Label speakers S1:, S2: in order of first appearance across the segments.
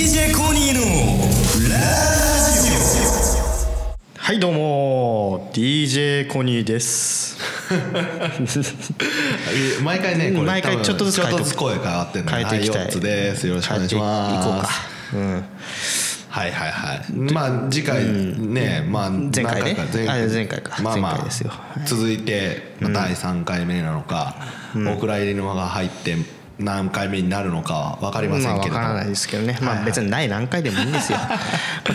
S1: ーの
S2: はいどうも DJ コニーです
S1: え毎回ねこれ
S2: 毎回
S1: 多分
S2: ちょっとずつ変えて
S1: 声が上がってるの
S2: 変えていきたい
S1: はい、4つですよろしくお願いします
S2: 行こうかうん
S1: はいはいはいまあ次回ね、まあ
S2: 前回ね
S1: 何回か
S2: あ前回か
S1: まあまあ
S2: 前回ですよはい
S1: 続いて、まあ、第3回目なのか、お蔵入りの輪が入って何回目になるのかは分かりませ
S2: まあ
S1: んけ
S2: 分
S1: れども、
S2: からないですけどね、まあ、別にない何回でもいいん ですよまあ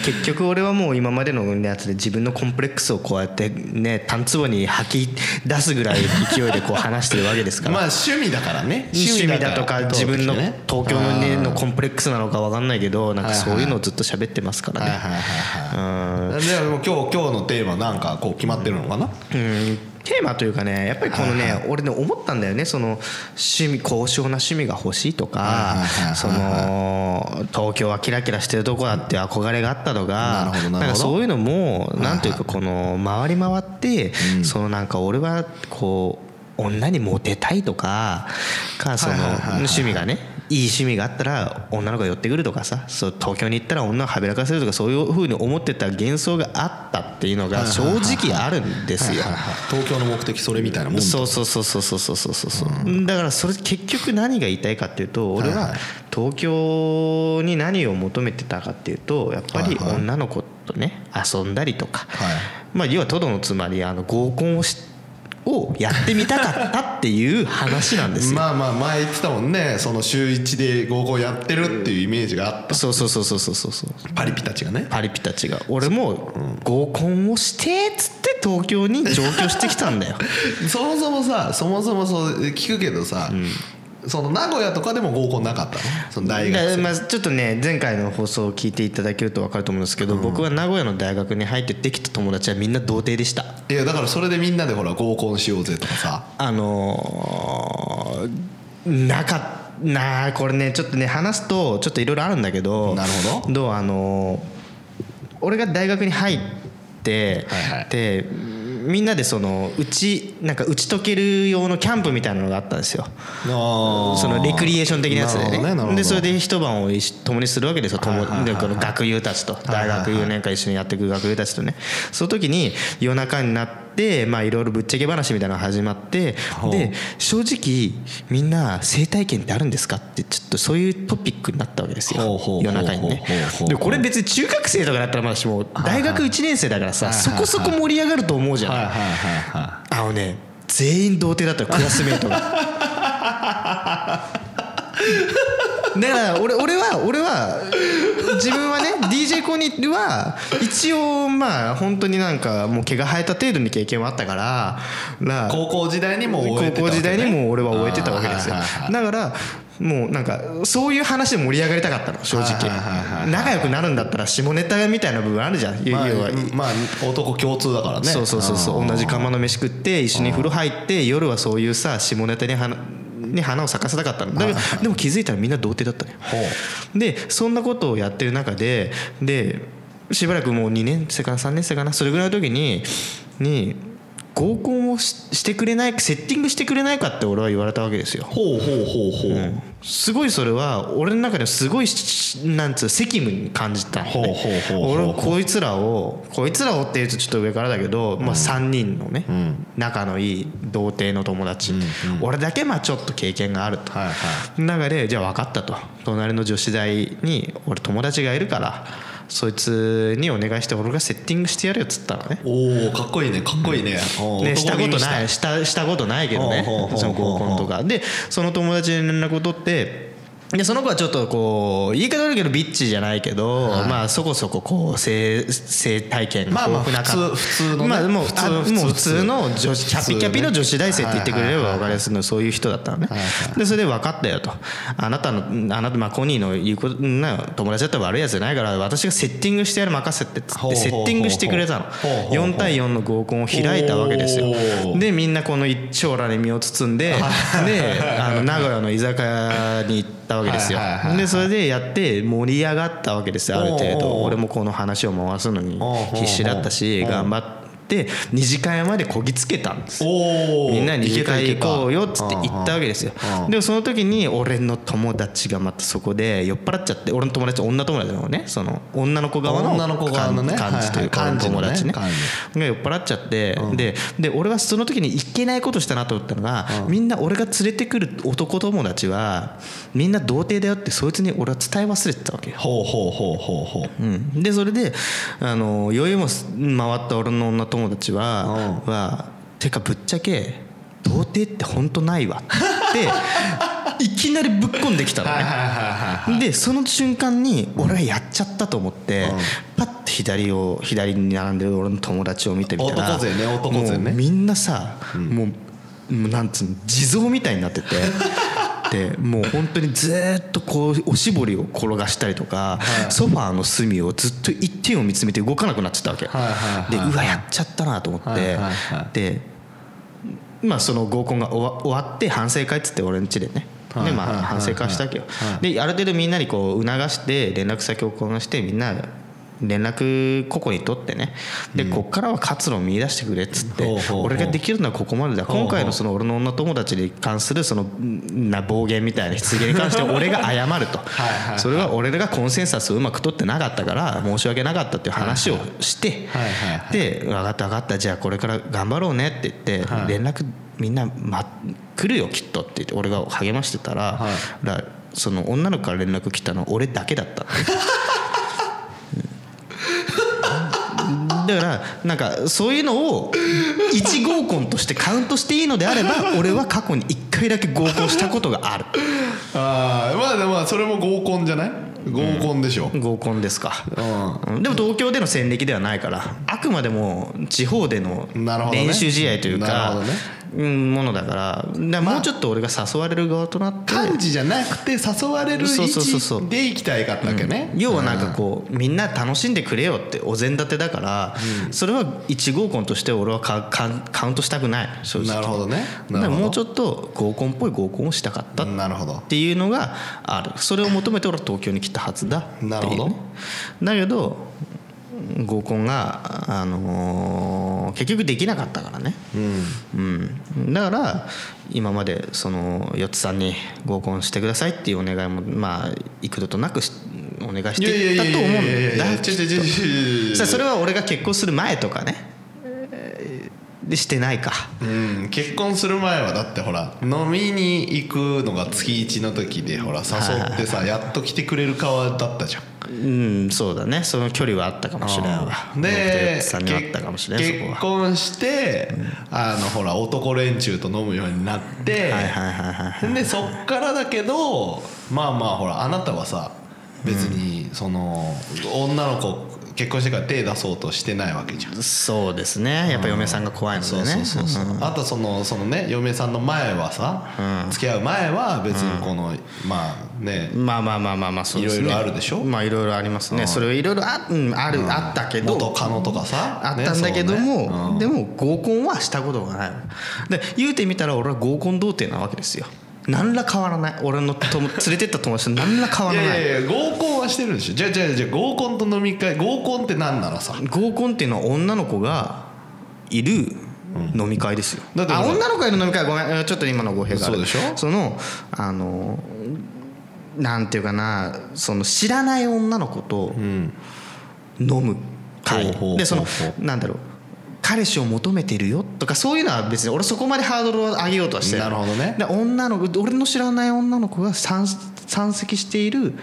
S2: 結局俺はもう今までのやつで自分のコンプレックスをこうやってね単壺に吐き出すぐらい勢いでこう話してるわけです から
S1: まあ趣味だからね
S2: 趣味だとか自分の東京の,、ね、のコンプレックスなのか分かんないけどなんかそういうのをずっと喋ってますから
S1: はいはい
S2: ね
S1: はいはいでも今日今日のテーマなんかこう決まってるのかな、
S2: うんテーマというかねやっぱりこのね俺ね思ったんだよねその趣味高尚な趣味が欲しいと
S1: はい
S2: か
S1: はいはいはい
S2: その東京はキラキラしてるとこだっていう憧れがあったと
S1: なる
S2: か
S1: ほどなるほど
S2: なんかそういうのもなんというかこの回り回ってそのなんか俺はこう女にモテたいとかかその
S1: はいはいはいはい
S2: 趣味がねいい趣味があったら女の子が寄ってくるとかさそう東京に行ったら女をはべらかせるとかそういうふうに思ってた幻想があったっていうのが正直あるんですよ。
S1: 東京の目的それみたいなもん
S2: そうそうそうそうそうそうそうそう、だからそれ結局何が言いたいかっていうと俺
S1: はい
S2: は
S1: はい
S2: 東京に何を求めてたかっていうとやっぱり
S1: はいはい
S2: 女の子とね遊んだりとか、
S1: はい
S2: まあ、要はトドのつまりあの合コンをしをやってみたかったっていう話なんですよ。
S1: まあまあ前言ってたもんねその週一で合コンやってるっていうイメージがあった
S2: そうそうそうそうそうそうそう
S1: パリピたちがね
S2: パリピたちが俺も合コンをしてっつって東京に上京してきたんだよ
S1: そもそもさそもそもそう聞くけどさ、その名古屋とかでも合コンなかったのその大学
S2: だ
S1: 生
S2: まあ、ちょっとね前回の放送を聞いていただけると分かると思うんですけど、僕は名古屋の大学に入ってできた友達はみんな童貞でした
S1: いやだからそれでみんなでほら合コンしようぜとかさ
S2: あのーなかっなあこれねちょっとね話すとちょっといろいろあるんだけど
S1: なるほど
S2: どうあのー俺が大学に入って、
S1: はいはい
S2: でみんなでそのうちなんか打ち解ける用のキャンプみたいなのがあったんですよそ
S1: そ
S2: のレクリエーション的なやつでねでそれ
S1: で
S2: で一晩を一緒共にするわけですよ友でこの学友たちと
S1: はいは
S2: 大
S1: いはい
S2: 学4年間一緒にやっていく学友たちとねその時に夜中になってまあいろいろぶっちゃけ話みたいなのが始まって
S1: ほう
S2: で正直みんな生体験ってあるんですかってちょっとそういうトピックになったわけです
S1: ほう
S2: よ
S1: ほうほうほう
S2: 夜中にね
S1: ほうほうほう
S2: でこれ別に中学生とかだったらまだしも大学1年生だからさ
S1: はいはい
S2: そこそこ盛り上がると思うじゃ
S1: はい
S2: な
S1: はい
S2: い
S1: はいはい
S2: あのね全員童貞だったのクラスメート がだから俺俺は俺は自分はね DJ コニーは一応まあ本当になんかもう毛が生えた程度に経験はあったからな
S1: 高校時代にも終えて
S2: 高
S1: た
S2: 校
S1: わけね
S2: 時代にもう俺は終えてたわけですよ
S1: あーはいはいは
S2: だ
S1: い
S2: からもうなんかそういう話で盛り上がりたかったの正直
S1: はいはいはいはい
S2: 仲良くなるんだったら下ネタみたいな部分あるじゃん要
S1: まあ、
S2: は
S1: まあ男共通だからね
S2: そうそうそうそう同じ釜の飯食って一緒に風呂入って夜はそういうさ下ネタに花に花を咲かせたかったのだけどでも気づいたらみんな童貞だったね
S1: ほう
S2: でそんなことをやってる中ででしばらくもう2年生かな3年生かなそれぐらいの時にに合コンをししてくれないセッティングしてくれないかって俺は言われたわけですよ
S1: ほうほうほうほう、
S2: すごいそれは俺の中ではすごいしなんつう責務に感じたのね
S1: ほうほうほうほう
S2: 俺こいつらをこいつらをって言うとちょっと上からだけど、まあ、3人のね、仲のいい童貞の友達、俺だけまあちょっと経験があると、
S1: はいは
S2: 中でじゃあ分かったと隣の女子大に俺友達がいるからそいつにお願いして俺がセッティングしてやるよっつったのね
S1: いおおかっこいいねかっこいいね、おー
S2: ね、
S1: 男
S2: したこと
S1: 気
S2: な
S1: に
S2: いしたしたことないけどね
S1: ほうほうほう
S2: その合コンとかでその友達に連絡を取ってでその子はちょっとこう言い方悪いけどビッチじゃないけど、まあそこそここう性性体験が
S1: まあまあ
S2: 豊富な方
S1: 普通普通のね
S2: まあもう
S1: 普通
S2: あ
S1: 普通
S2: もう普通の女子キャピキャピの女子大生って言ってくれれば分かりやすいのそういう人だったのねでそれで分かったよとあなたのあなたまあコニーの言うことな友達だったら悪いやつじゃないから私がセッティングしてやる任せてっつっ
S1: ほう
S2: て
S1: ほうほ
S2: セ
S1: うほう
S2: ッティングしてくれたの
S1: ほうほうほう
S2: 4対4の合コンを開いたわけですよ
S1: おー
S2: でみんなこの一丁羅に身を包んでであの名古屋の居酒屋に行ったわけですよ
S1: はいはいはいはい
S2: でそれでやって盛り上がったわけですよある程
S1: おうおうお
S2: 度
S1: う
S2: 俺もこの話を回すのに
S1: おうおうおう
S2: 必死だったし頑張って。って二次会までこぎつけたんです
S1: おお
S2: みんなに二次会行こうよっつ
S1: つ
S2: って行ったわけですよでもその時に俺の友達がまたそこで酔っ払っちゃって俺の友達女友達のねその女の子側の
S1: 女の子側のね
S2: 感感じというか
S1: はいはい
S2: 俺の友達ね
S1: 感じのね
S2: が酔っ払っちゃってでで俺はその時にいけないことしたなと思ったのがみんな俺が連れてくる男友達はみんな童貞だよってそいつに俺は伝え忘れてたわけよ
S1: ほうほうほうほうほう
S2: うん、でそれであの酔いもす回った俺の女友達は「はてかぶっちゃけ童貞って本当ないわ」っていきなりぶっこんできたのね。でその瞬間に俺はやっちゃったと思って、パッと左を左に並んでる俺の友達を見てみたら
S1: 男勢ね男勢ね
S2: もうみんなさ、もうもうなんつうの地蔵みたいにな ってて。でもう本当にずーっとこうおしぼりを転がしたりとか、ソファーの隅をずっと一点を見つめて動かなくなっちゃったわけ、
S1: はいはい
S2: で
S1: はいう
S2: わやっちゃったなと思って、
S1: はいはいはい
S2: でまあ、その合コンが終わ終わって反省会っつって俺ん家でね
S1: はい
S2: でま
S1: はい
S2: あ反省会したわけよである程度みんなにこう促して連絡先を交換してみんな連絡個々に取ってねでこっからは活路を見出してくれっつって
S1: ほうほうほう
S2: 俺ができるのはここまでだ
S1: うほう
S2: 今回のその俺の女友達に関するそのんな暴言みたいな失言に関して俺が謝ると
S1: はいはい
S2: それは俺らがコンセンサスをうまく取ってなかったから申し訳なかったっていう話をして
S1: はいはいはい
S2: で「分かった分かったじゃあこれから頑張ろうね」って言って「連絡みんな、ま、来るよきっと」って言って俺が励ましてたら,、
S1: は
S2: らその女の子から連絡来たの俺だけだったってだからなんかそういうのを一合コンとしてカウントしていいのであれ ば俺は過去に1回だけ合コンしたことがある
S1: ああまあでもまあそれも合コンじゃない合コンでしょ
S2: 合コンですか
S1: うん
S2: うんでも東京での戦歴ではないからあくまでも地方での
S1: なるほどね
S2: 練習試合という
S1: なる
S2: か
S1: ほどね
S2: うんものだからだからもうちょっと俺が誘われる側となって
S1: 感じじゃなくて誘われる位
S2: そうそうそうそう
S1: 置で行きたいかったわけね
S2: 要はなんかこうみんな楽しんでくれよってお膳立てだからそれは一合コンとして俺はカカカウントしたくない正直
S1: なるほどね
S2: だからもうち
S1: ょ
S2: ょっと合コンっぽい合コンをしたかったっ
S1: なるほど
S2: っていうのがあるそれを求めて俺は東京に来たはずだっていうね
S1: なるほど
S2: だけど合コンが、あのー結局できなかったからね、
S1: うん
S2: うん、だから今までその四つさんに合コンしてくださいっていうお願いもまあ幾度となくしお願いし
S1: いやいや
S2: て
S1: い
S2: いた
S1: や
S2: と思うんだ
S1: ちょちょちょちょ
S2: さあそれは俺が結婚する前とかねでしてないか
S1: うん結婚する前はだってほら飲みに行くのが月1の時でほら誘ってさやっと来てくれる側だったじゃん
S2: うんそうだねその距離はあったかもしれないわ
S1: で
S2: 四つさんにはあったかもしれないそこは
S1: 結婚して、あのほら男連中と飲むようになって、
S2: はいはいはいはいはい
S1: でそっからだけどまあまあほらあなたはさ別にその、女の子結婚してから手出そうとしてないわけじゃん。
S2: そうですねやっぱ嫁さんが怖いので
S1: そう
S2: ね
S1: そうそうそうあとそのそのね嫁さんの前はさ、付き合う前は別にこの、まあね
S2: まあまあまあまあまあそうですね
S1: いろいろあるでしょ
S2: まあいろいろありますねそれいろいろあ,、うん、ある、あったけど
S1: 元カノとかさ
S2: あっ
S1: ね
S2: たんだけど
S1: そう
S2: も、
S1: ねうん
S2: でも合コンはしたことがないので言うてみたら俺は合コン童貞なわけですよ何ら変わらない俺のとも連れてった友達と何ら変わ
S1: い
S2: らない
S1: やいやいや合コンはしてるんでしょじゃあじゃあじゃあ合コンと飲み会合コンって何なのさ
S2: 合コンっていうのは女の子がいる飲み会ですよ、
S1: だって
S2: あ
S1: ほら
S2: 女の子がいる飲み会ごめんうんちょっと今の語弊がある
S1: そうでしょ
S2: そのあのなんていうかなその知らない女の子と飲む会、
S1: ほうほうほう
S2: でその
S1: ほう
S2: なんだろう彼氏を求めてるよとかそういうのは別に俺そこまでハードルを上げようとはしてい
S1: なるほどね
S2: で女の子俺の知らない女の子が参参席している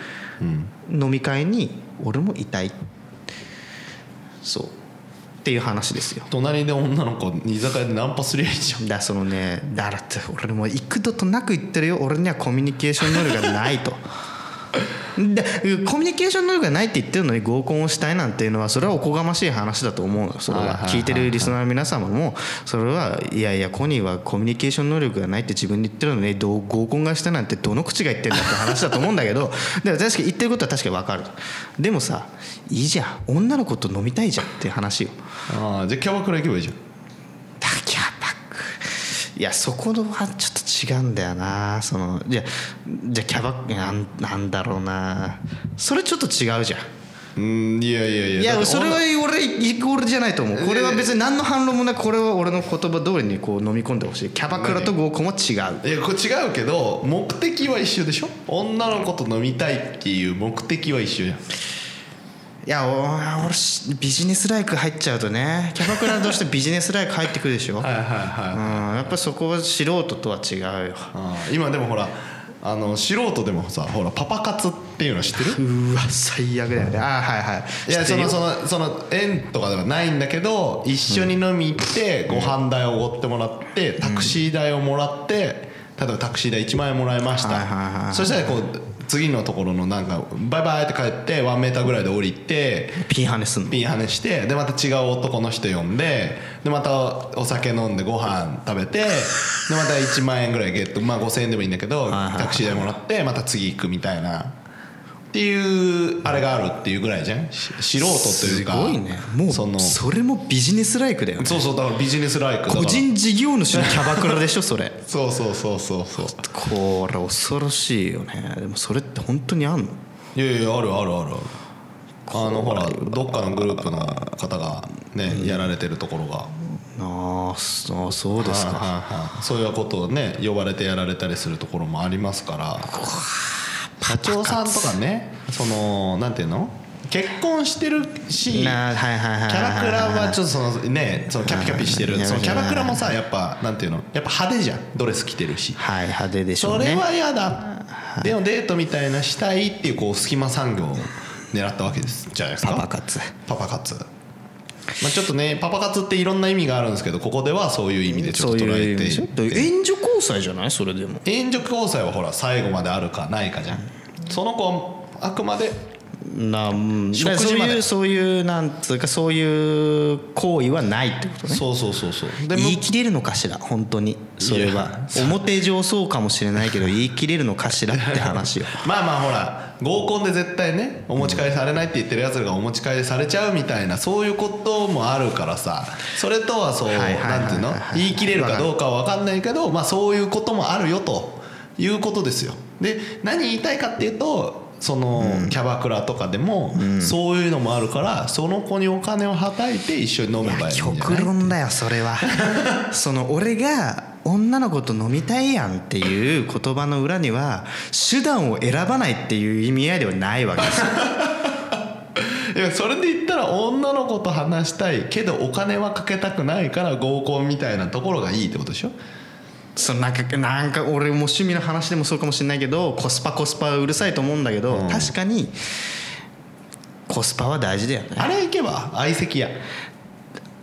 S2: 飲み会に俺もいたいそうっていう話ですよ
S1: 隣で女の子居酒屋でナンパすりゃいいじゃん
S2: だそのねだからって俺も幾度となく言ってるよ俺にはコミュニケーション能力がない とでコミュニケーション能力がないって言ってるのに合コンをしたいなんていうのはそれはおこがましい話だと思うのそれ
S1: はいはい
S2: は
S1: はい
S2: 聞いてるリスナーの皆様もそれはいやいやコニーはコミュニケーション能力がないって自分で言ってるのにどう合コンがしたいなんてどの口が言ってんだって話だと思うんだけ どでも確かに言ってることは確かに分かるでもさいいじゃん女の子と飲みたいじゃんっていう話よ
S1: ああじゃあキャバクラ行けばいいじゃん
S2: ダキャバクいやそこのはちょっと違うんだよなそのじゃじゃあキャバなんなんだろうなそれちょっと違うじゃん
S1: うんいやいやいや
S2: い
S1: だっ
S2: や
S1: て
S2: それは俺イコールじゃないと思うこれは別に何の反論もなくこれは俺の言葉通りにこう飲み込んでほしいキャバクラと合コンは違う
S1: いやこれ違うけど目的は一緒でしょ女の子と飲みたいっていう目的は一緒じゃん
S2: いやお俺しビジネスライク入っちゃうとねキャバクラどうしてビジネスライク入ってくるでしょ、
S1: はいはいはい
S2: うん、やっぱそこは素人とは違うよ
S1: あー今でもほらあの素人でもさほらパパ活っていうの知ってる
S2: うわ最悪だよねああはいはい
S1: いや
S2: 知
S1: そ
S2: ってる
S1: の
S2: よ
S1: そのその縁とかではないんだけど一緒に飲み行ってご飯代をおごってもらってタクシー代をもらって例えばタクシー代1万円もらいまし
S2: はいはいはいは
S1: た
S2: い
S1: そしたらこう次のところのなんかバイバイって帰って1メーターぐらいで降りて
S2: ピンハネすんの
S1: ピンハネしてでまた違う男の人呼んででまたお酒飲んでご飯食べてでまた1万円ぐらいゲットまあ5000円でもいいんだけど
S2: はいはい
S1: タクシー代もらってまた次行くみたいなっていうあれがあるっていうぐらいじゃんし素人というか
S2: すごいねもう
S1: そのそ
S2: それもビジネスライクだよね
S1: うそうだからビジネスライクだから
S2: 個人事業主のキャバクラでし ょそれ
S1: そうそうそうそうそう
S2: これ恐ろしいよねでもそれって本当にあんの
S1: いやいやあるあるあるあのほらどっかのグループの方がねやられてるところが。
S2: あーそあーそうです
S1: はい
S2: か
S1: はいはいそういうことをね呼ばれてやられたりするところもありますから社長さんとかねそのなんていうの結婚してるしキャ
S2: なはいはいはいはい
S1: バクラはち
S2: ょっ
S1: ょっとそのねそのキャピキャピして
S2: はい
S1: る
S2: はい
S1: そ
S2: は
S1: の
S2: い
S1: キャバクラもさやっぱなんていうのやっぱ派手じゃんドレス着てるし
S2: とはい派手でしょ
S1: そう
S2: ね
S1: れは嫌だでもデートみたいなしたいっていうこう隙間産業を狙ったわけですじゃないですか
S2: パパ活
S1: パパ活まあちょっとねパパ活っていろんな意味があるんですけどここではそういう意味でちょっ
S2: そう
S1: と捉
S2: い
S1: え
S2: う意味でしょ
S1: て
S2: 援助交際じゃないそれでも
S1: 援助交際はほら最後まであるかないかじゃんその子はあくまで
S2: なうん
S1: 食事まで
S2: そういうそういうなんつうかそういう行為はないってことね
S1: そうそうそうそうでむ
S2: 言い切れるのかしら本当にそれ
S1: いや
S2: は表上そうかもしれないけど言い切れるのかしらって 話よ
S1: まあまあほら合コンで絶対ねお持ち帰りされないって言ってるやつらがお持ち帰りされちゃうみたいなそういうこともあるからさそれとはそう
S2: はいはいはいはい
S1: なんていうの言い切れるかどうかは分かんないけどまあそういうこともあるよということですよで何言いたいかっていうとそのキャバクラとかでもそういうのもあるからその子にお金をはたいて一緒に飲めばいいんじゃない
S2: 極論だよそ れはその俺が女の子と飲みたいやんっていう言葉の裏には手段を選ばないっていう意味合いではないわけ ですよ
S1: いやそれで言ったら女の子と話したいけどお金はかけたくないから合コンみたいなところがいいってことでしょ
S2: そのなんかなんか俺も趣味の話でもそうかもしれないけどコスパコスパはうるさいと思うんだけど、
S1: うん
S2: 確かにコスパは大事だよね
S1: あれ行けば相席屋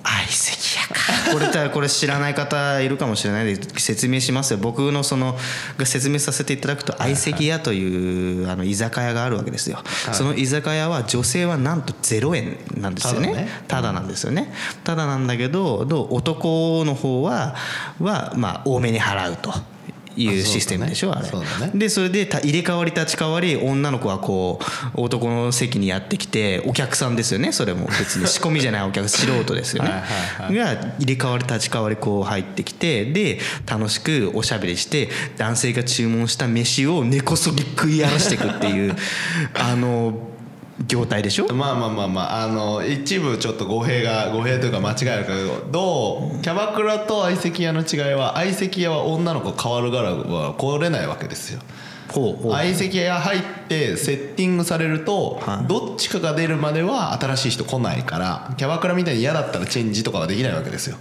S2: 相席やかこれたこれ知らない方いるかもしれないので説明しますよ僕のそのが説明させていただくと相席屋というあの居酒屋があるわけですよ、その居酒屋は女性はなんと0円なんですよね
S1: ただ
S2: ただ
S1: ね
S2: なんですよねただなんだけどどう男の方ははまあ多めに払うというシステムでしょ
S1: あ
S2: あ
S1: そうだねそうだ
S2: れ
S1: ね
S2: でそれでた入れ替わり立ち替わり女の子はこう男の席にやってきてお客さんですよねそれも別に仕込みじゃないお客素人ですよね
S1: はいは
S2: が入れ替わり立ち替わりこう入ってきてで楽しくおしゃべりして男性が注文した飯を根こそぎ食い荒らしていくっていうあの業態でしょ
S1: まあまあまあまああの一部ちょっと語弊が語弊というか間違いあるけどどうキャバクラと相席屋の違いは相席屋は女の子変わるからは来れないわけですよ
S2: ほうほう
S1: 相席屋入ってセッティングされると
S2: はい
S1: どっちかが出るまでは新しい人来ないからキャバクラみたいに嫌だったらチェンジとかはできないわけですよ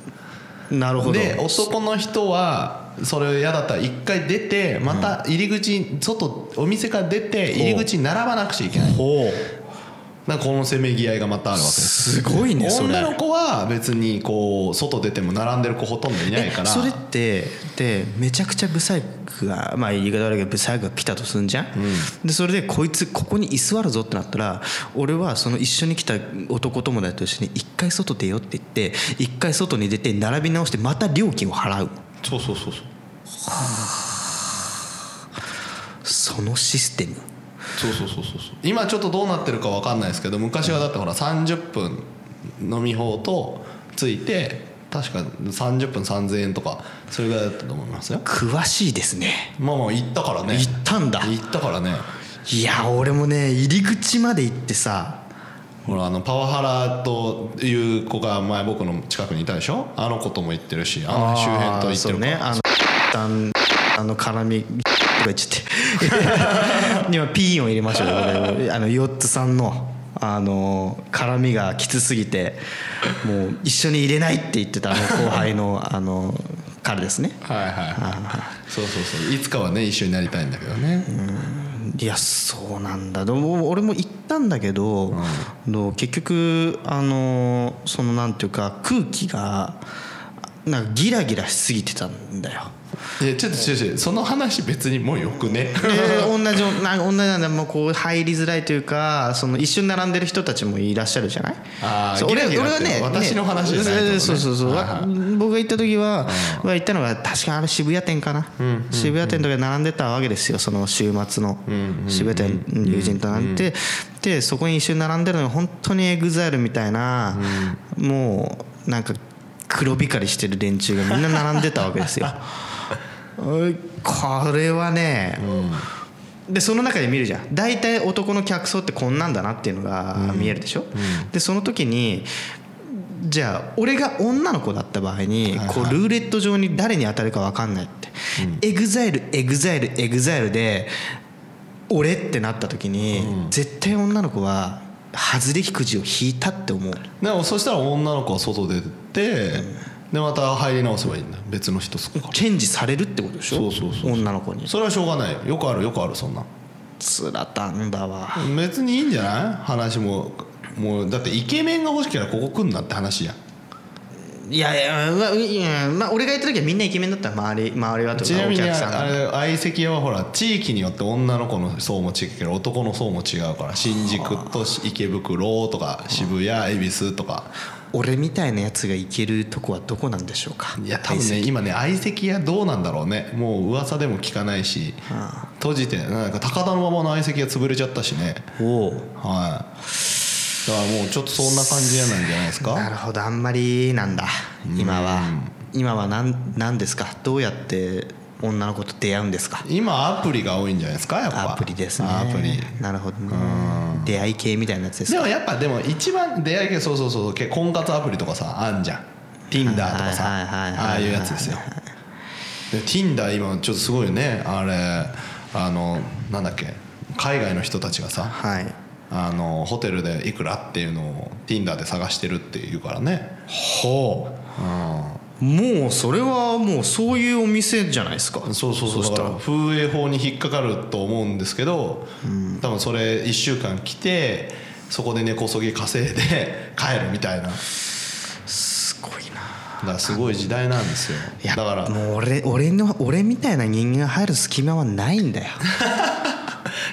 S2: なるほど
S1: で男の人はそれ嫌だったら一回出てまた入り口外お店から出て入り口に並ばなくちゃいけない
S2: ほ
S1: なんかこのせめぎ合いがまたあるわけです
S2: すごいねそれ
S1: 女の子は別にこう外出ても並んでる子ほとんどいないから
S2: えそれってでめちゃくちゃブサイクがまあ言い方悪いけどブサイクが来たとすんじゃん、でそれでこいつここに居座るぞってなったら俺はその一緒に来た男友達と一緒に一回外出ようって言って一回外に出て並び直してまた料金を払う
S1: そうそうそうそう
S2: そのシステム
S1: そうそうそうそうそう今ちょっとどうなってるか分かんないですけど昔はだってほら30分飲み放とついて確か30分3000円とかそれぐらいだったと思いますよ
S2: 詳しいですね
S1: まあまあ行ったからね
S2: 行ったんだ
S1: 行ったからね
S2: いや俺もね入り口まで行ってさ
S1: ほらあのパワハラという子が前僕の近くにいたでしょあの子とも言ってるしあの周辺と言ってる
S2: ね
S1: か
S2: あのあのあの絡みとか言っちゃ って今ピーンを入れましたよ俺あのヨッツさんのあの絡みがきつすぎてもう一緒に入れないって言ってたあの後輩 のあの彼ですね
S1: はいはいはいそうそうそういつかはね一緒になりたいんだけどね
S2: いやそうなんだでも俺も行ったんだけど、どう結局あのそのなんていうか空気がなんかギラギラしすぎてたんだよ。
S1: いやちょっと違う違うその話別にもうよくね
S2: で同じなんか同じなんだもうこう入りづらいというかその一緒に並んでる人たちもいらっしゃるじゃない
S1: あー
S2: そう俺
S1: ギラギラって
S2: 俺はね
S1: 私の話じゃないってことね
S2: ねそうそうそう、
S1: はいは
S2: 僕が行った時は、行ったのが確かあれ渋谷店かな、渋谷店とか並んでたわけですよその週末の、渋谷店友人と並んで、でそこに一緒に並んでるのが本当にエグザイルみたいな、もうなんか黒光りしてる連中がみんな並んでたわけです よおいこれはね、でその中で見るじゃん大体男の客層ってこんなんだなっていうのが見えるでしょ、でその時にじゃあ俺が女の子だった場合にこうルーレット上に誰に当たるか分かんないって、エグザイルエグザイルエグザイルで俺ってなった時に、絶対女の子は外れくじを引いたって思う
S1: でもそしたら女の子は外出てでまた入り直せばいいんだ別の人そこから
S2: チェンジされるってことでしょ
S1: そうそうそうそう
S2: 女の子に
S1: それはしょうがないよよくあるよくあるそんな
S2: つらたんだわ
S1: 別にいいんじゃない話ももうだってイケメンが欲しければここ来んなって話やん
S2: いやいや,、まあ、いやまあ俺が行った時はみんなイケメンだった周り周りはとか
S1: ちなみに
S2: お
S1: あれ
S2: 客さんが
S1: 相席屋はほら地域によって女の子の層も違うけど男の層も違うから新宿と池袋とか渋谷恵比寿とか
S2: 俺みたいなやつが行けるとこはどこなんでしょうか
S1: いや多分ね今ね相席屋どうなんだろうねもう噂でも聞かないし閉じてなんか高田のままの相席屋潰れちゃったしね
S2: お
S1: はいだからもうちょっとそんな感じやなんじゃないです
S2: な
S1: か
S2: るほどあんまりなんだ今は今は何何ですかどうやって女の子と出会うんですか
S1: 今アプリが多いんじゃないですかやっぱ
S2: アプリですね
S1: アプリ
S2: なるほどね出会い系みたいなやつです
S1: で
S2: か
S1: もやっぱでも一番出会い系そうそうそうけ婚活アプリとかさあんじゃん Tinder とかさ
S2: はいはいはいはい
S1: ああいうやつですよで Tinder 今ちょっとすごいねあれあのなんだっけ海外の人たちがさ
S2: はい
S1: あのホテルでいくらっていうのを Tinder で探してるっていうからねほ
S2: もうそれはもうそういうお店じゃないですか
S1: うんそうそうそうだから風営法に引っかかると思うんですけど、多分それ1週間来てそこで根こそぎ稼いで帰るみたいな
S2: すごいな
S1: だからすごい時代なんですよ
S2: いや
S1: だから
S2: もう俺俺の俺みたいな人間が入る隙間はないんだ よ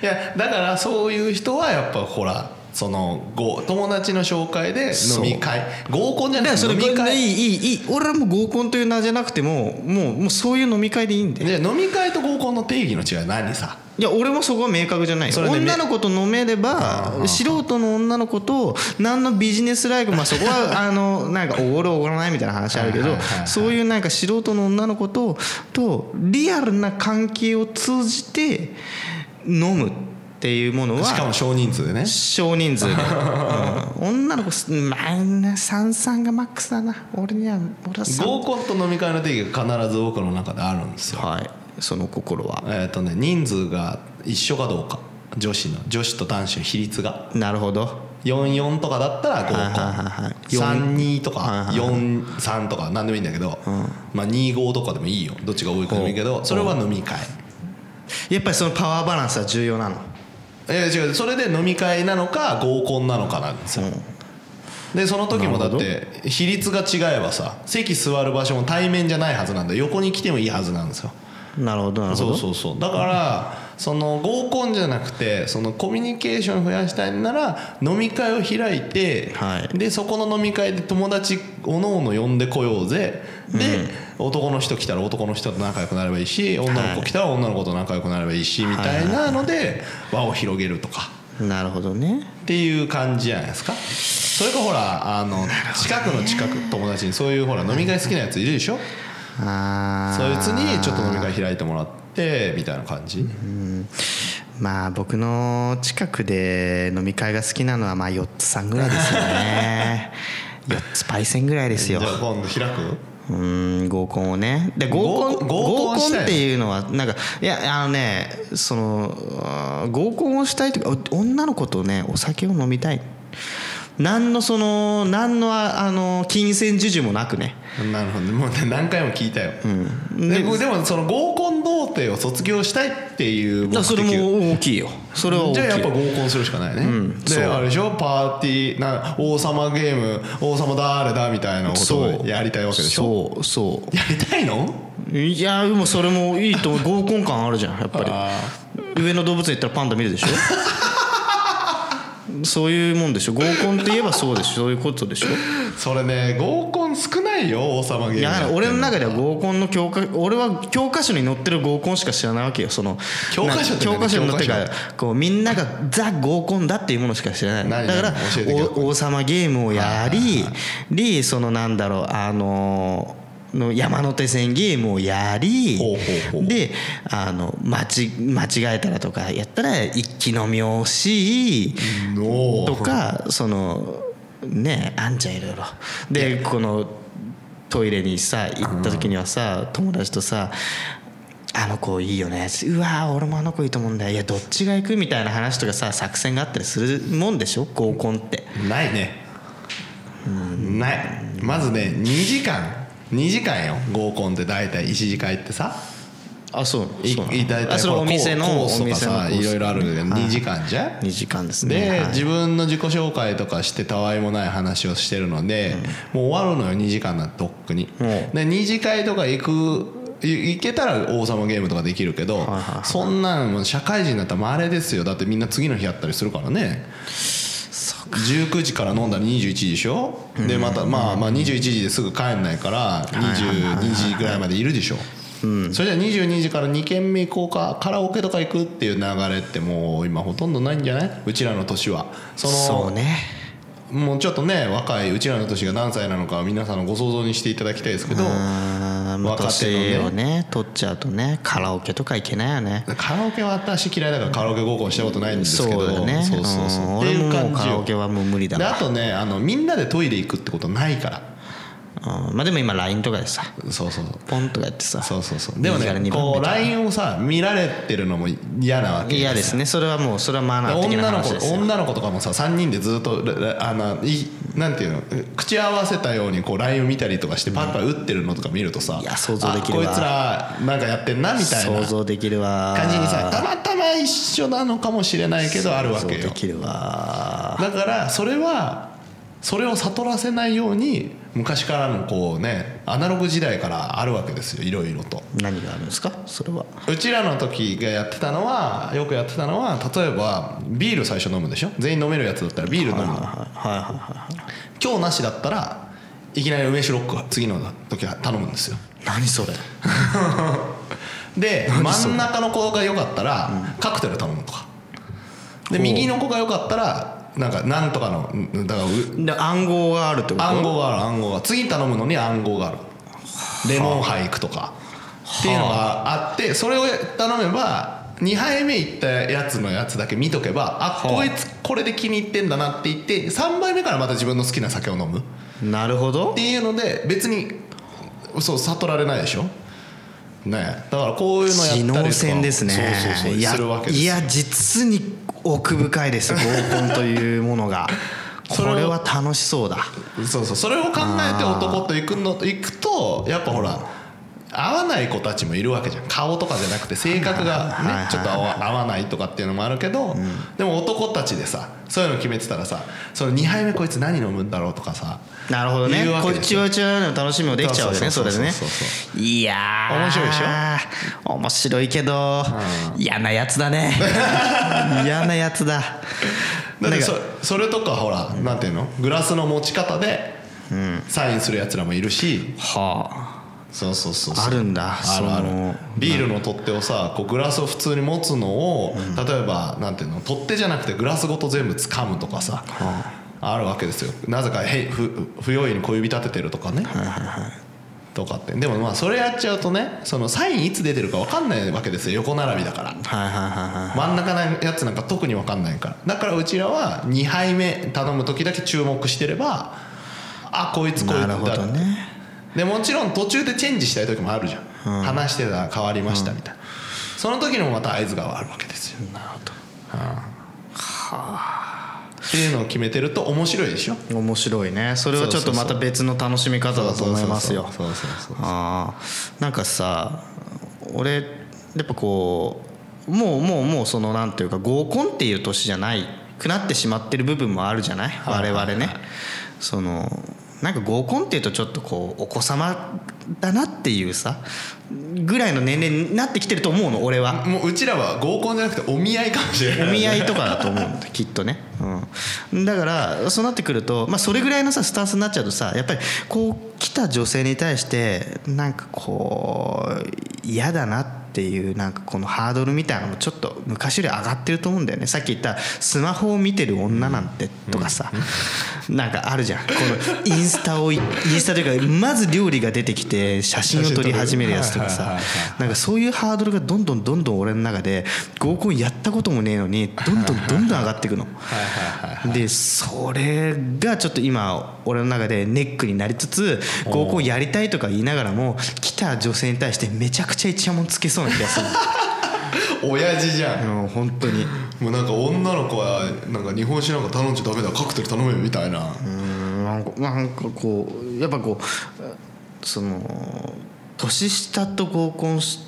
S1: いやだからそういう人はやっぱほらそのご友達の紹介で飲み会合コンじゃない飲み
S2: い
S1: 会
S2: いいいいい俺はもう合コンという名じゃなくてももうもうそういう飲み会でいいんだよ
S1: じゃあ飲み会と合コンの定義の違いは何さ
S2: いや俺もそこは明確じゃないよ
S1: それね
S2: 女の子と飲めれば素人の女の子と何のビジネスライクまあそこ はあのなんかおごるおごらないみたいな話あるけ
S1: はい
S2: ど
S1: はいはいはい
S2: そういうなんか素人の女の子ととリアルな関係を通じて飲むっていうものは
S1: しかも少人数でね
S2: 少人 数で、うん女の子すまあ33がマックスだな俺には俺は3
S1: 合コンと飲み会の定義が必ず僕の中であるんですよ
S2: はいその心は
S1: えっ、とね人数が一緒かどうか女子の女子と男子の比率が
S2: なるほど
S1: 44とかだったら合コン、
S2: はいはいはいはい
S1: 32と
S2: はい
S1: か
S2: はい
S1: 43とか何でもいいんだけど、まあ、25とかでもいいよどっちが多いかでもいいけどそれは飲み会
S2: やっぱりそのパワーバランスは重要なの
S1: いや違うそれで飲み会なのか合コンなのかなんですよ、でその時もだって比率が違えばさ席座る場所も対面じゃないはずなんだよ横に来てもいいはずなんですよ
S2: なるほどなるほ
S1: そう
S2: ど
S1: そうそうだからその合コンじゃなくてそのコミュニケーション増やしたいなら飲み会を開いて、
S2: はい
S1: でそこの飲み会で友達おのおの呼んでこようぜで、男の人来たら男の人と仲良くなればいいし女の子来たら女の子と仲良くなればいいし、みたいなので輪を広げるとか
S2: なるほどね
S1: っていう感じじゃないですかそれかほらあの近くの近く友達にそういうほら飲み会好きなやついるでしょ
S2: あ
S1: そいつにちょっと飲み会開いてもらってみたいな感じ。
S2: ーまあ僕の近くで飲み会が好きなのはまあ4つさんぐらいですよ ね4つパイセンぐらいです
S1: じゃ
S2: よ
S1: あ今度開
S2: う
S1: く
S2: ーん合コンをねで合コン
S1: 合コ
S2: 合コ
S1: ン合コンした
S2: ン
S1: い
S2: っていうのはなんかいやあのねそのあー合コンをしたいというかお女の子とねお酒を飲みたい何のその何のああの金銭授受もなくね
S1: なるほどねもうね何回も聞いたよ、で
S2: で
S1: 僕でもその合コン童貞を卒業したいっていう目
S2: だから
S1: 的
S2: それも大きいよそれは大きい
S1: じゃあやっぱ合コンするしかないね、
S2: んそう
S1: であれでしょパーティーな王様ゲーム王様誰だみたいなこと
S2: そ
S1: を
S2: う
S1: やりたいわけでしょ
S2: そうそ
S1: やりたいの
S2: ういやでもそれもいいと思 う合コン感あるじゃんやっぱり上野動物園行ったらパンダ見るで しょそういうもんでしょ合コンって言えばそうでしょそういうことでしょ
S1: それね合コン少ないよ王様ゲーム
S2: いや俺の中では合コンの教科俺は教科書に載ってる合コンしか知らないわけよその
S1: 教科書って何
S2: な教科書に載ってるか
S1: 教
S2: らこうみんながザ合コンだっていうものしか知らない
S1: 何
S2: だから
S1: 何教えて教
S2: お王様ゲームをやりりそのなんだろうあのーの山手線ゲームをやり
S1: ほうほうほう
S2: であの間ち間違えたらとかやったら一気飲みをし
S1: おー
S2: と かそのねあんじゃんいろいろでこのトイレにさ行った時にはさ友達とさ「あの子いいよね」うわー俺もあの子いいと思うんだよいやどっちが行くみたいな話とかさ作戦があったりするもんでしょ合コンって
S1: ないねないまずね2時間2時間よ合コンって大体1次会ってさ
S2: あそう
S1: い
S2: そうなの
S1: い大体
S2: あそれ
S1: ほら
S2: お店の
S1: コー
S2: お
S1: スとか
S2: 店のコ
S1: さ
S2: ース
S1: いろいろあるんだけど
S2: はい
S1: 2時間じゃん
S2: 2時間ですね
S1: で、
S2: はい
S1: 自分の自己紹介とかしてたわいもない話をしてるので、もう終わるのよ2時間なんてとっくに、
S2: うん
S1: で2次会とか行くい行けたら王様ゲームとかできるけど、
S2: いはいはい
S1: そんなんもう社会人になったらまれですよだってみんな次の日やったりするからね19時から飲んだら21時でしょ、でまた、まあ、まあ21時ですぐ帰んないから22時ぐらいまでいるでしょ、それじゃあ22時から2軒目行こうかカラオケとか行くっていう流れってもう今ほとんどないんじゃないうちらの年はその
S2: そうね
S1: もうちょっとね若いうちらの年が何歳なのか皆さんのご想像にしていただきたいですけど
S2: あーまあ
S1: 若手
S2: 年を
S1: のね
S2: ね取っちゃうとねカラオケとか行けないよね
S1: カラオケは私嫌いだからカラオケ合コンしたことないんですけど
S2: そうだね
S1: そうそうそう
S2: うん
S1: って
S2: 俺
S1: い
S2: もも
S1: う
S2: う
S1: 感じ
S2: カラオケ
S1: よ
S2: はもう無理だ
S1: で
S2: わ
S1: あとねあのみんなでトイレ行くってことないから
S2: うんまあでも今 LINE とかでさ
S1: そうそうそう
S2: ポンとかやってさ
S1: そうそうそうでも
S2: 右から
S1: ね
S2: 二番
S1: こ
S2: み
S1: う
S2: たい
S1: LINE をさ見られてるのも嫌なわけ
S2: 嫌ですねそれはもうそれはマナー的な
S1: 女の
S2: 話です
S1: 子
S2: よ
S1: 女の子とかもさ3人でずっとららあのいなんていうの口合わせたようにこう LINE を見たりとかしてパッパ打ってるのとか見るとさ、
S2: いや想像できる
S1: あ
S2: わ
S1: こいつらなんかやってんなみたい
S2: 想
S1: な
S2: 像できるわ
S1: 感じにさたまたま一緒なのかもしれないけどあるわけ
S2: 想像
S1: よ
S2: できるわ
S1: だからそれはそれを悟らせないように昔からのこうねアナログ時代からあるわけですよいろいろと。
S2: 何があるんですかそれは
S1: うちらの時がやってたのはよくやってたのは例えばビール最初飲むでしょ全員飲めるやつだったらビール飲むの今日なしだったらいきなり梅酒ロックは次の時は頼むんですよ
S2: 何それ
S1: で真ん中の子が良かったらカクテル頼むとかで
S2: ほう
S1: 右の子が良かったらなんかなんとかのうんだからう
S2: で暗号があるってこと
S1: 暗号がある暗号が次頼むのに暗号があるレモン杯行くとかっていうのがあってそれを頼めば2杯目行ったやつのやつだけ見とけばあ
S2: はあ
S1: こいつこれで気に入ってんだなって言って3杯目からまた自分の好きな酒を飲むっ
S2: なるほど
S1: ていうので別にそう悟られないでしょねえだからこういうのやった
S2: 知
S1: りとか
S2: 能戦ですね
S1: そうそうそう
S2: いや
S1: するわけです
S2: い
S1: よ
S2: や実に奥深いです合コンというものがこ
S1: それを
S2: れは楽しそうだ
S1: そうそうそれを考えて男と行くの行くとやっぱほら合わない子たちもいるわけじゃん顔とかじゃなくて性格
S2: はいはいはい
S1: が
S2: は
S1: ね
S2: い
S1: ちょっと合わ合わないとかっていうのもあるけどでも男たちでさそういうの決めてたらさその2杯目こいつ何飲むんだろうとかさ
S2: なるほどね
S1: 言うわ
S2: こ
S1: け
S2: っ
S1: です
S2: ち
S1: よ
S2: はうちはの楽しみもできちゃうわけね
S1: そ
S2: そう
S1: そう
S2: れ
S1: そ
S2: で
S1: うそう
S2: ね
S1: そう
S2: いやー
S1: 面白いでし
S2: 面白いけど嫌なやつだ ね嫌なやつだ
S1: だって
S2: なん
S1: そ
S2: か
S1: それとかほらなんていうのグラスの持ち方でサインするやつらもいるし
S2: は
S1: そうそうそうそう
S2: ああるんだ
S1: あるあ
S2: その
S1: るビールの取っ手をさこうグラスを普通に持つのを、例えばなんていうの取っ手じゃなくてグラスごと全部掴むとかさ、あるわけですよなぜかへいふ不用意に小指立ててるとかね、とかってでもまあそれやっちゃうとねそのサインいつ出てるか分かんないわけですよ横並びだから
S2: はいはいはいはい
S1: 真ん中のやつなんか特に分かんないからだからうちらは2杯目頼む時だけ注目してればあこいつこいつ
S2: な
S1: だ
S2: るほどね
S1: でもちろん途中でチェンジしたい時もあるじゃん、話してたら変わりましたみたいな、その時にもまた合図があるわけですよ、
S2: なるほ
S1: っていうのを決めてると面白いでしょ
S2: ど面白いねそれはちょっとまた別の楽しみ方だと思いますよ
S1: そうそうそう
S2: ああなんかさ俺やっぱこうもうもうもうそのなんていうか合コンっていう年じゃないくなってしまってる部分もあるじゃない
S1: は
S2: 我
S1: いはい
S2: 々ねそのなんか合コンっていうとちょっとこうお子様だなっていうさぐらいの年齢になってきてると思うの俺は
S1: もううちらは合コンじゃなくてお見合いかもしれない
S2: お見合いとかだと思うんだきっとね、うん、だからそうなってくると、まあ、それぐらいのさスタンスになっちゃうとさやっぱりこう来た女性に対してなんかこう嫌だなっていうなんかこのハードルみたいなのもちょっと昔より上がってると思うんだよねさっき言ったスマホを見てる女なんてとかさ、なんかあるじゃんこのインスタをいインスタというかまず料理が出てきて写真を撮り始めるやつとか
S1: 写真撮るはい
S2: さ
S1: はいはい
S2: なんかそういうハードルがどんどんどんどん俺の中で合コンやったこともねえのにどんどんどんどん上がっていくの。でそれがちょっと今俺の中でネックになりつつ合コンやりたいとか言いながらも来た女性に対してめちゃくちゃイチャモンつけそうな気がす る。
S1: 親父じゃん
S2: うん本当に
S1: もうなんか女の子はなんか日本酒なんか頼んじゃダメだカクテル頼めよみたいな
S2: うんなんかなんかこうやっぱこうその年下と合コンし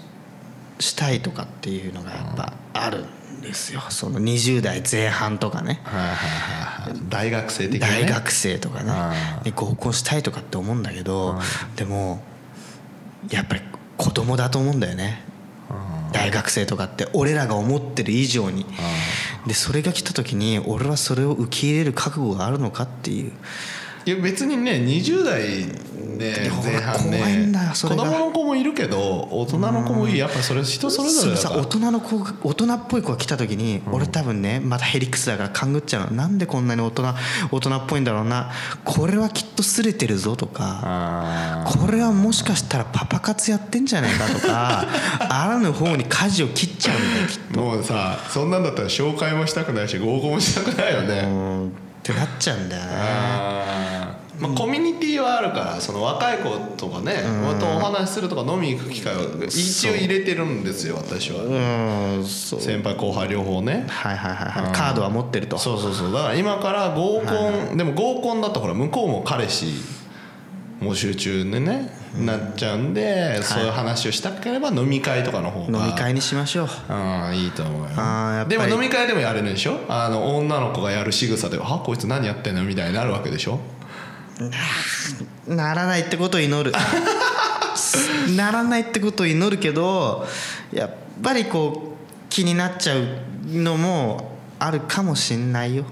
S2: したいとかっていうのがやっぱあるんですよその20代前半とかね
S1: 大学生的なね
S2: 大学生とかね
S1: あ
S2: で合コンしたいとかって思うんだけどでもやっぱり子供だと思うんだよね大学生とかって俺らが思ってる以上にでそれが来た時に俺はそれを受け入れる覚悟があるのかっていう
S1: いや別にね20代ね
S2: ほら
S1: 前半
S2: 怖いんだ
S1: ね
S2: よそ
S1: 子
S2: れが
S1: 供の子もいるけど大人の子もいいやっぱそれ人それぞれだ
S2: そ
S1: か
S2: の
S1: ら
S2: さ大人の子が大人っぽい子が来た時に、俺多分ねまたヘリクスだから勘ぐっちゃうのなんでこんなに大人大人っぽいんだろうなこれはきっとすれてるぞとか
S1: あ
S2: これはもしかしたらパパ活やってんじゃないかと かあらぬ方に舵を切っちゃうんだよきっ
S1: ーもうさそんなんだったら紹介もしたくないし合コンもしたくないよ
S2: と
S1: ね
S2: うんってなっちゃうんだよね
S1: あーまあ、コミュニティはあるからその若い子とかねとお話しするとか飲みに行く機会を一応入れてるんですよ私は
S2: うんそう
S1: 先輩後輩両方ね
S2: はいはいはいはいカードは持ってると
S1: そうそうそうだから今から合コンでも合コンだとほら向こうも彼氏募集中でねなっちゃうんでそういう話をしたければ飲み会とかの方
S2: 飲
S1: が
S2: み会にしましょう
S1: ああいいと思うよ
S2: あーやっぱり
S1: でも飲み会でもやれるでしょあの女の子がやる仕草で「あこいつ何やってんの?」みたいになるわけでしょ
S2: ならないってことを祈 るならないってことを祈るけどやっぱりこう気になっちゃうのもあるかもしんないよ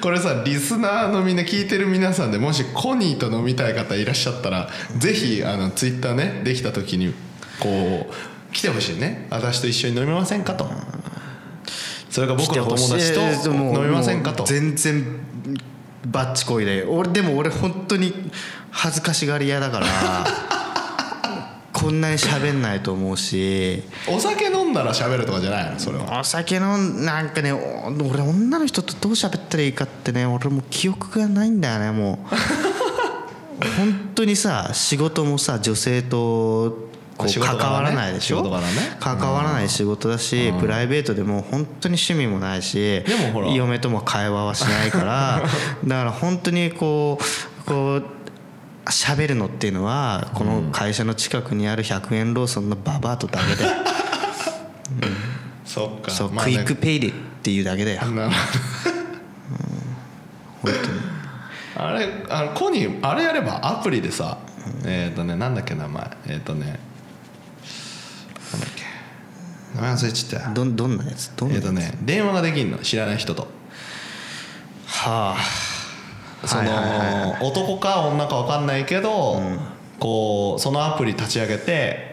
S1: これさリスナーのみんな聞いてる皆さんでもしコニーと飲みたい方いらっしゃったらぜひあのツイッターねできた時にこう来てほしいね私と一緒に飲みませんかとそれが僕の友達と
S2: 来てほしいもう
S1: 飲みませんか
S2: も
S1: と
S2: う全然バッチこいで俺でも俺本当に恥ずかしがり屋だから こんなに喋んないと思うし
S1: お酒飲んだら喋るとかじゃないのそれは
S2: お酒のなんかねお俺女の人とどう喋ったらいいかってね俺もう記憶がないんだよねも う本当にさ仕事もさ女性とこ
S1: 仕
S2: う
S1: 事
S2: 関
S1: 柄ね
S2: わらないでし
S1: 仕
S2: ょ、
S1: 事柄ね
S2: 関わらない仕事だし、プライベートでもう本当に趣味もないし
S1: でもほら
S2: 嫁とも会話はしないから だから本当にこうこう喋るのっていうのはこの会社の近くにある100円ローソンのババアとだけ で。
S1: そっか
S2: そう、
S1: まあ
S2: ク
S1: ね
S2: イックペイでっていうだけだよ
S1: なるほ
S2: 本当に
S1: ど あれあのコニーあれやればアプリでさえっ、ー、とねなんだっけ名前えっ、ー、とねなんだっけ名前忘れちゃったよ
S2: どんどんなやつどんな
S1: えっ、
S2: やつ、
S1: とね電話ができんの知らない人と
S2: はあ
S1: その、
S2: はいはいはい
S1: 男か女か分かんないけど、こうそのアプリ立ち上げて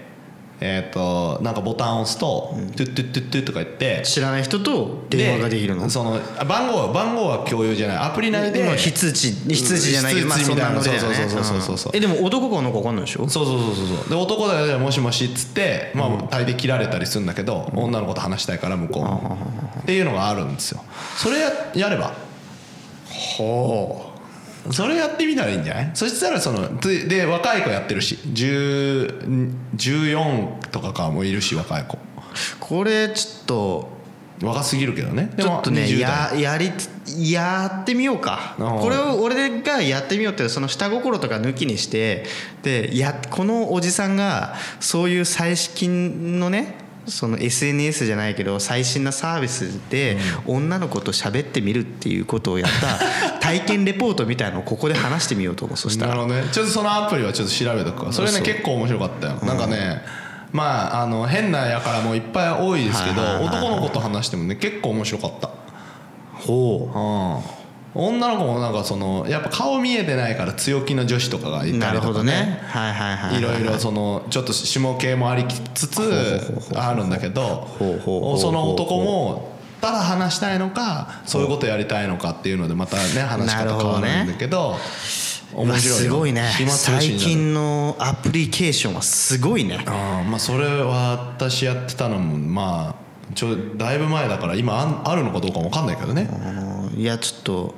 S1: えー、となんかボタンを押すと、トゥットゥットゥットゥとか言って
S2: 知らない人と電話ができるの
S1: そのあ番号は番号は共有じゃないアプリ内で
S2: 今非通知非通知じゃないけどまあ
S1: 非通
S2: そ
S1: 知
S2: ん
S1: みた
S2: ない
S1: な
S2: のだよね
S1: そうそうそうそうそう
S2: うんえでも男か女か分かんないでしょ
S1: そうそうそうそうそうで男だよもしもしっつって、まあ、大抵切られたりするんだけど、女の子と話したいから向こうも、っていうのがあるんですよそれややればほうそれやってみたらいいんじゃないそしたらそのつで若い子やってるし10 14とかかもいるし若い子
S2: これちょっと
S1: 若すぎるけどねで
S2: ちょ
S1: も
S2: っとね
S1: 20代
S2: ややりやってみようか
S1: ああ
S2: これを俺がやってみようってその下心とか抜きにしてでやこのおじさんがそういう最新のねその SNS じゃないけど最新なサービスで女の子と喋ってみるっていうことをやった 体験レポートみたいのをここで話してみようと思うそしたら
S1: なるほどねちょっとそのアプリはちょっと調べとくわそれね
S2: そう
S1: 結構面白かったよ、なんかねまああの変なやからもいっぱい多いですけど
S2: はいはいはいはい
S1: 男の子と話してもね結構面白かった
S2: ほ
S1: 女の子もなんかそのやっぱ顔見えてないから強気の女子とかがいた
S2: な
S1: り
S2: る
S1: と
S2: ほ
S1: か
S2: どねはいはいはいはい
S1: いろいろそのちょっと下系もありつつあるんだけど
S2: ほうほうほう
S1: その男もただ話したいのかそういうことやりたいのかっていうのでまたね話し
S2: なる
S1: 方
S2: ほ
S1: 変わ
S2: どね
S1: るんだけど面白いよ
S2: うわすごいね
S1: 暇つぶしに
S2: 最
S1: なる
S2: 近のアプリケーションはすごいね
S1: あーまあそれは私やってたのもまあちょだいぶ前だから今あんあるのかどうかも分かんないけどね
S2: いやちょっと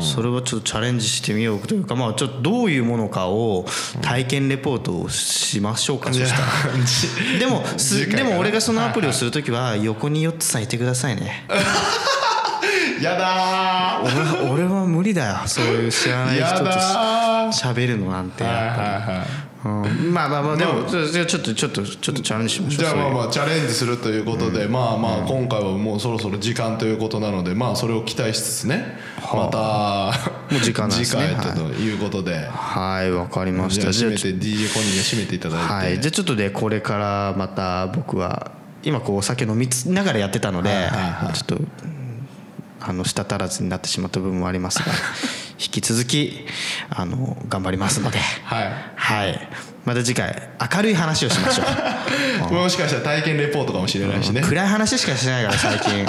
S2: それはちょっとチャレンジしてみようというかまあちょっとどういうものかを体験レポートをしましょうかそしたらでもす
S1: 次回か
S2: で
S1: ら
S2: も俺がそのアプリをするときは横にヨッツさんいてください ね
S1: やだ
S2: 俺は俺は無理だよそういう知らな
S1: ー
S2: い
S1: や
S2: 人と
S1: だー
S2: 喋るのなんて
S1: はい
S2: やっ
S1: はいはい
S2: ぱうんまあまあまあでもちょちょちょっとちょっとちょっとチャレンジしましょう
S1: じゃあ
S2: そうい
S1: ま
S2: う
S1: あまあチャレンジするということで、まあまあ今回はもうそろそろ時間ということなのでまあそれを期待しつつね、また
S2: もう時間なんですね
S1: 次回ということで、
S2: はいわかりまし
S1: じゃ
S2: た
S1: あ
S2: じゃ
S1: 締
S2: あ
S1: めて DJ コニーが締めていただいて、
S2: はい、じゃあちょっとねこれからまた僕は今こうお酒飲みつながらやってたので、ちょっとうんあの舌足らずになってしまった部分もあり ますが引き続きあの頑張りますので、
S1: はい
S2: はい、また次回明るい話をし ましょう
S1: もしかしたら体験レポートかもしれないしね、
S2: 暗い話しかしないから最近、うん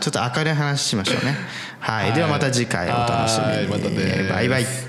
S2: ちょっと明るい話しましょうね、はい、ではまた次回お楽しみに
S1: はいまたね
S2: バイバイ